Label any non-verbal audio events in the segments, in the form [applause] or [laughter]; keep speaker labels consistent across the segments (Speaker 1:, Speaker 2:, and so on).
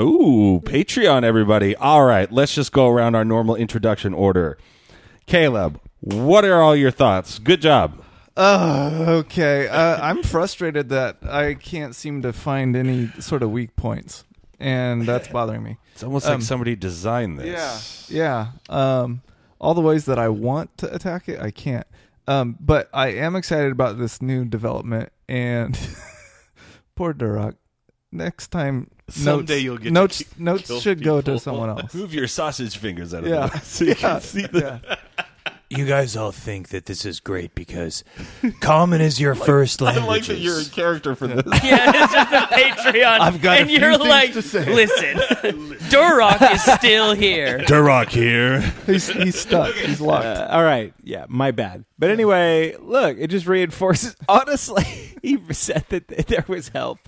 Speaker 1: Ooh, Patreon, everybody. All right, let's just go around our normal introduction order. Caleb, what are all your thoughts? Good job.
Speaker 2: Oh, okay. Uh, I'm frustrated that I can't seem to find any sort of weak points, and that's bothering me.
Speaker 1: It's almost like somebody designed this.
Speaker 2: Yeah. Um, all the ways that I want to attack it, I can't. Um, but I am excited about this new development, and [laughs] poor Duroc. Next time, notes,
Speaker 3: Someday you'll get to
Speaker 2: notes.
Speaker 3: ki- kill
Speaker 2: notes should go to
Speaker 3: people.
Speaker 2: someone
Speaker 3: [laughs]
Speaker 2: else.
Speaker 1: Move your sausage fingers out of
Speaker 2: Yeah.
Speaker 1: the way [laughs] so you can see the
Speaker 4: You guys all think that this is great because common is
Speaker 5: [laughs]
Speaker 4: your first
Speaker 1: I
Speaker 4: language.
Speaker 1: like that you're in character for this.
Speaker 6: Yeah, this is the Patreon.
Speaker 2: I've got a
Speaker 6: and
Speaker 2: few
Speaker 6: you're
Speaker 2: things
Speaker 6: like,
Speaker 2: to say.
Speaker 6: listen,
Speaker 2: [laughs]
Speaker 6: Durock is still here.
Speaker 1: Durock here.
Speaker 2: He's, he's stuck. He's locked.
Speaker 5: Uh, all right, yeah, my bad. But anyway, look, it just reinforces. Honestly, [laughs] he said that th- there was help,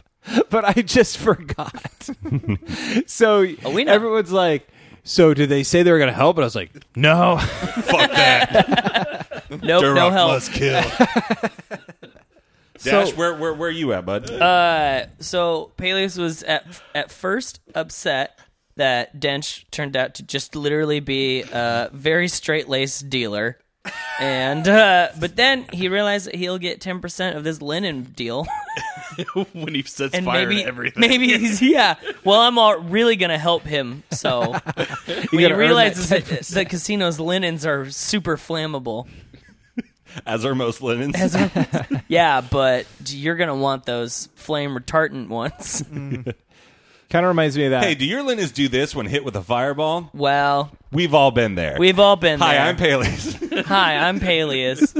Speaker 5: but I just forgot. [laughs] so
Speaker 6: Oh, we know.
Speaker 5: everyone's like, "So did they say they were going to help?" And I was like, [laughs] "No."
Speaker 3: Fuck
Speaker 5: [laughs]
Speaker 3: that.
Speaker 6: Nope, no help.
Speaker 3: kill.
Speaker 1: Dash, where, where where are you at, bud?
Speaker 6: Uh, so Peleus was at at first upset that Dench turned out to just literally be a very straight laced dealer, and uh, but then he realized that he'll get ten percent of this linen deal,
Speaker 3: when he sets
Speaker 6: and
Speaker 3: fire
Speaker 6: maybe
Speaker 3: to everything.
Speaker 6: maybe he's yeah. Well, I'm all really gonna help him.
Speaker 2: [laughs]
Speaker 6: So when he
Speaker 5: gotta earn
Speaker 6: realizes
Speaker 5: that
Speaker 6: that, the casino's linens are super flammable.
Speaker 1: [laughs] As are most linens.
Speaker 6: [laughs] Yeah, but you're gonna want those flame retardant ones. [laughs]
Speaker 5: kind of reminds me of
Speaker 1: [laughs]
Speaker 5: that.
Speaker 1: hey, do your linens do this when hit with a fireball?
Speaker 6: Well,
Speaker 1: We've all been there.
Speaker 6: we've all been
Speaker 1: Hi,
Speaker 6: there.
Speaker 1: I'm Peleus.
Speaker 6: Hi, I'm Peleus.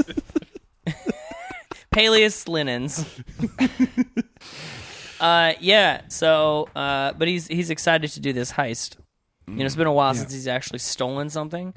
Speaker 6: Peleus Linens. uh, yeah. So, uh, but he's he's excited to do this heist. You know, it's been a while since he's actually stolen something,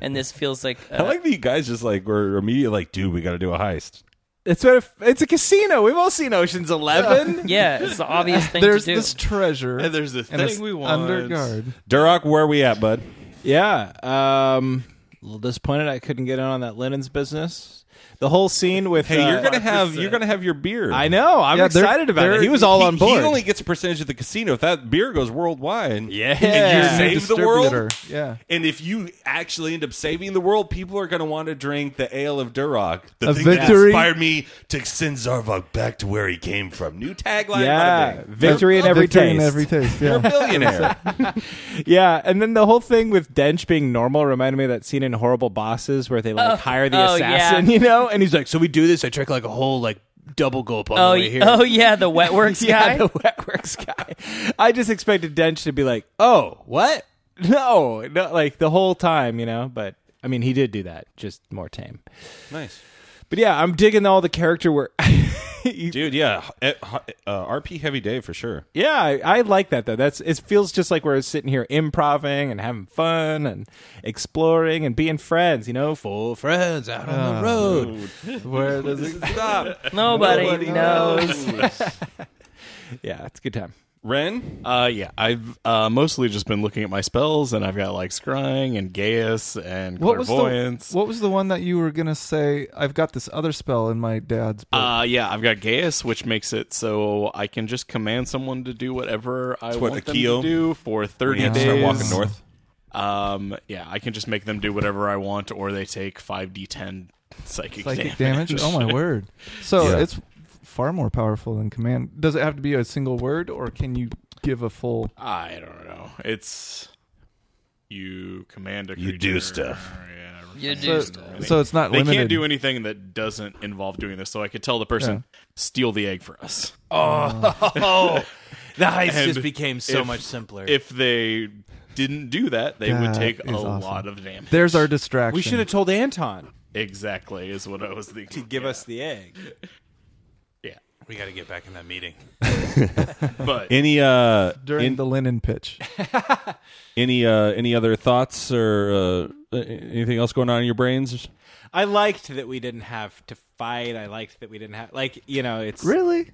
Speaker 6: and this feels like. Uh,
Speaker 1: [laughs] I like that you guys just like were immediately like, dude, we got to do a heist.
Speaker 5: it's what if, it's a casino. We've all seen Ocean's [laughs] Eleven.
Speaker 6: yeah, it's the obvious thing
Speaker 2: There's
Speaker 6: to do.
Speaker 2: this treasure.
Speaker 3: And there's the
Speaker 2: and
Speaker 3: thing
Speaker 2: it's
Speaker 3: we want.
Speaker 2: under guard.
Speaker 1: Durock, where we at, bud?
Speaker 5: Yeah. Um, a little disappointed I couldn't get in on that linens business. The whole scene with
Speaker 1: Hey,
Speaker 5: uh,
Speaker 1: you're gonna have you're gonna have your beer.
Speaker 5: I know. I'm
Speaker 2: Yeah, they're-
Speaker 5: excited about it.
Speaker 2: they're-
Speaker 5: He was all
Speaker 1: He-
Speaker 5: on board.
Speaker 1: He only gets a percentage of the casino. If that beer goes worldwide,
Speaker 5: yeah.
Speaker 1: And you're- Save the world?
Speaker 2: Distributor. Yeah.
Speaker 1: And if you actually end up saving the world, people are going to want to drink the ale of Duroc. The
Speaker 2: A
Speaker 1: thing that
Speaker 2: victory-
Speaker 1: inspired me to send Zarvok back to where he came from. New tagline.
Speaker 5: yeah,
Speaker 1: bada bing.
Speaker 5: victory in every
Speaker 2: Victory
Speaker 5: taste.
Speaker 2: in every taste.
Speaker 1: You're a
Speaker 2: [laughs] Yeah.
Speaker 5: [laughs]
Speaker 1: billionaire.
Speaker 5: Yeah, and then the whole thing with Dench being normal reminded me of that scene in Horrible Bosses where they like
Speaker 6: Oh,
Speaker 5: hire the
Speaker 6: oh,
Speaker 5: assassin, [laughs]
Speaker 6: yeah.
Speaker 5: you know, and he's like,
Speaker 4: so we do this. I drink like a whole like double gulp on
Speaker 6: oh,
Speaker 4: the way
Speaker 6: y-
Speaker 4: here.
Speaker 6: oh yeah, the Wetworks guy.
Speaker 5: [laughs] "Yeah, the wet works guy." I just expected Dench to be like, "Oh, what? [laughs] No, no!" Like the whole time, you know. But I mean, he did do that, just more tame.
Speaker 1: nice.
Speaker 5: But yeah, I'm digging all the character work. [laughs] You-
Speaker 1: Dude, yeah. Eh, uh, RP heavy day for sure.
Speaker 5: Yeah, I, I like that though. That's it feels just like we're sitting here improving and having fun and exploring and being friends, you know, Uh, full friends out on the road.
Speaker 2: Where does it
Speaker 1: Stop.
Speaker 6: Nobody, knows. [laughs]
Speaker 5: Yeah, it's a good time.
Speaker 1: Ren?
Speaker 3: Uh, yeah, I've uh, mostly just been looking at my spells, and I've got like scrying and Gaius and
Speaker 2: What was the
Speaker 5: [laughs]
Speaker 3: clairvoyance.
Speaker 2: What was the one that you were gonna say? I've got this other spell in my dad's book.
Speaker 3: uh, yeah, I've got Gaius, which makes it so I can just command someone to do whatever I
Speaker 1: what
Speaker 3: want
Speaker 1: the
Speaker 3: them
Speaker 1: Keo-
Speaker 3: to do for thirty
Speaker 1: We have to
Speaker 3: days.
Speaker 1: start walking north.
Speaker 3: Um, yeah, I can just make them do whatever I want, or they take five d10 psychic,
Speaker 2: Psychic damage. Oh [laughs] my word! So it's f- far more powerful than command. Does it have to be a single word, or can you give a full?
Speaker 3: [laughs] I don't know. It's you command a creature. Oh,
Speaker 1: You do stuff.
Speaker 6: You
Speaker 3: Yeah, right.
Speaker 6: do
Speaker 2: So,
Speaker 6: stuff.
Speaker 2: so it's not
Speaker 3: They
Speaker 2: limited.
Speaker 3: can't do anything that doesn't involve doing this. So I could tell the person steal the egg for us.
Speaker 4: Oh,
Speaker 3: [laughs]
Speaker 4: The heist
Speaker 3: And
Speaker 4: just became so
Speaker 3: if-
Speaker 4: much simpler.
Speaker 3: If they didn't do that, they would
Speaker 2: That
Speaker 3: take a
Speaker 2: is awesome.
Speaker 3: lot of damage.
Speaker 2: There's our distraction.
Speaker 5: We should have told Anton
Speaker 3: exactly is what I was thinking.
Speaker 5: to give
Speaker 3: Yeah.
Speaker 5: us the egg.
Speaker 3: yeah,
Speaker 4: we got to get back in that meeting.
Speaker 3: [laughs] but
Speaker 1: Any uh
Speaker 2: during
Speaker 1: in-
Speaker 2: the linen [laughs] pitch.
Speaker 1: any uh any other thoughts or uh, anything else going on in your brains?
Speaker 5: I liked that we didn't have to fight. I liked that we didn't have like, you know, it's
Speaker 2: really?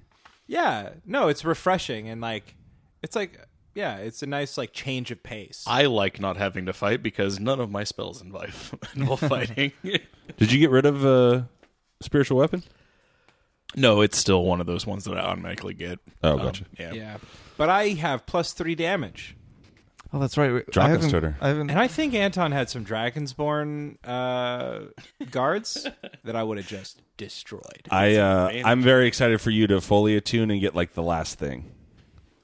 Speaker 5: Yeah, no, it's refreshing and like it's like yeah, it's a nice like change of pace.
Speaker 3: I like not having to fight because none of my spells involve [laughs]
Speaker 4: [laughs]
Speaker 3: involve fighting.
Speaker 1: Did you get rid of uh spiritual weapon?
Speaker 3: no, it's still one of those ones that I automatically get. Um,
Speaker 1: Oh, gotcha.
Speaker 3: Yeah.
Speaker 5: yeah. But I have plus three damage.
Speaker 2: Oh, that's right. Wait, I
Speaker 1: Draka's
Speaker 2: haven't,
Speaker 1: tutor.
Speaker 2: I haven't.
Speaker 5: And I think Anton had some Dragonsborn uh, [laughs] guards that I would have just destroyed.
Speaker 1: I uh, I'm very excited for you to fully attune and get like the last thing.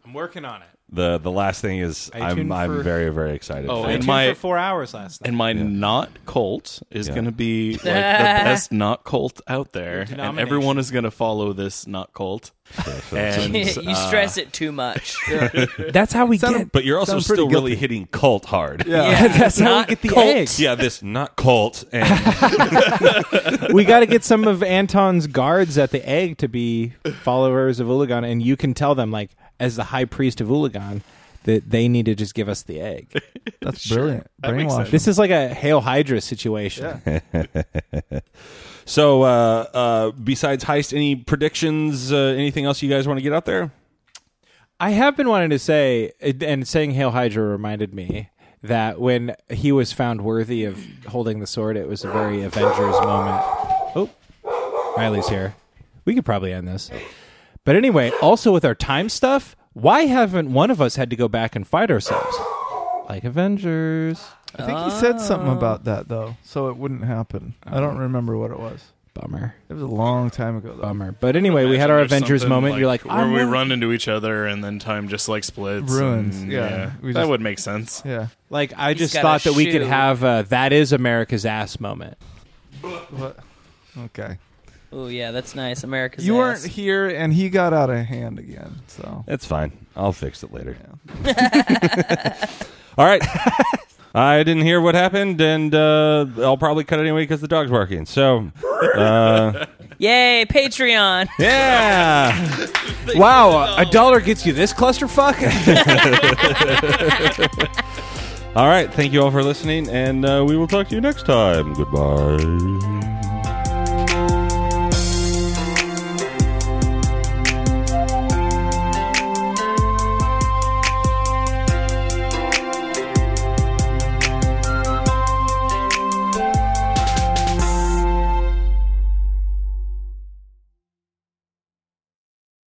Speaker 5: I'm working on it.
Speaker 1: The the last thing is
Speaker 5: I
Speaker 1: I'm
Speaker 5: tuned
Speaker 1: I'm
Speaker 5: for-
Speaker 1: very very excited.
Speaker 3: Oh,
Speaker 1: for
Speaker 5: I
Speaker 1: it.
Speaker 3: and
Speaker 5: tuned
Speaker 3: my-
Speaker 5: for four hours last night.
Speaker 3: And my not cult is going
Speaker 4: [laughs]
Speaker 3: to be like the best not cult out there, and
Speaker 5: denomination.
Speaker 3: everyone is going to follow this not cult.
Speaker 4: [laughs]
Speaker 3: and uh,
Speaker 6: you stress it too much.
Speaker 5: That's how we get.
Speaker 1: but you're also
Speaker 2: Sound pretty
Speaker 1: still really hitting cult hard. [laughs] Yeah,
Speaker 6: Yeah,
Speaker 5: [laughs] that's how we
Speaker 6: not
Speaker 5: get the
Speaker 6: cult.
Speaker 5: eggs.
Speaker 1: this not cult and
Speaker 5: we [laughs] got to get some of Anton's guards at the egg to be followers of Ulagan, and you can tell them, like, as the high priest of Ulagan, that they need to just give us the [laughs] egg.
Speaker 2: That's brilliant. Brainwash.
Speaker 5: This is like a Hail Hydra situation.
Speaker 1: so. Uh, uh, besides heist, any predictions? Uh, anything else you guys want to get out there?
Speaker 5: I have been wanting to say, and saying Hail Hydra reminded me that when he was found worthy of holding the sword, it was a very Avengers moment. Oh, Riley's here. We could probably end this. But anyway, also with our time stuff, why haven't one of us had to go back and fight ourselves? Like Avengers.
Speaker 2: I think he said something about that though, so it wouldn't happen. I don't remember what it was.
Speaker 5: Bummer.
Speaker 2: It was a long time ago though.
Speaker 5: Bummer. But anyway, we had our
Speaker 3: There's
Speaker 5: Avengers
Speaker 3: something,
Speaker 5: moment. You're like,
Speaker 3: where
Speaker 5: I'm
Speaker 3: we
Speaker 5: worthy.
Speaker 3: run into each other, and then time just like splits,
Speaker 2: Ruins,
Speaker 3: and,
Speaker 2: yeah. We
Speaker 3: that
Speaker 2: just-
Speaker 3: would make sense.
Speaker 2: Yeah.
Speaker 5: Like, I
Speaker 6: He's
Speaker 5: just
Speaker 6: got
Speaker 5: thought
Speaker 6: a
Speaker 5: that we could
Speaker 6: shoe.
Speaker 5: have uh, that is America's ass moment.
Speaker 2: What? Okay.
Speaker 6: Oh yeah, that's nice. America's
Speaker 2: You
Speaker 6: ass.
Speaker 2: weren't here, and he got out of hand again. So
Speaker 1: That's fine. I'll fix it later. [laughs] All right. I didn't hear what happened, and uh, I'll probably cut it anyway because the dog's barking. So,
Speaker 6: Yay, Patreon.
Speaker 1: yeah.
Speaker 5: Wow, a dollar gets you this [laughs] clusterfuck?
Speaker 1: all right. Thank you all for listening, and uh, we will talk to you next time. Goodbye.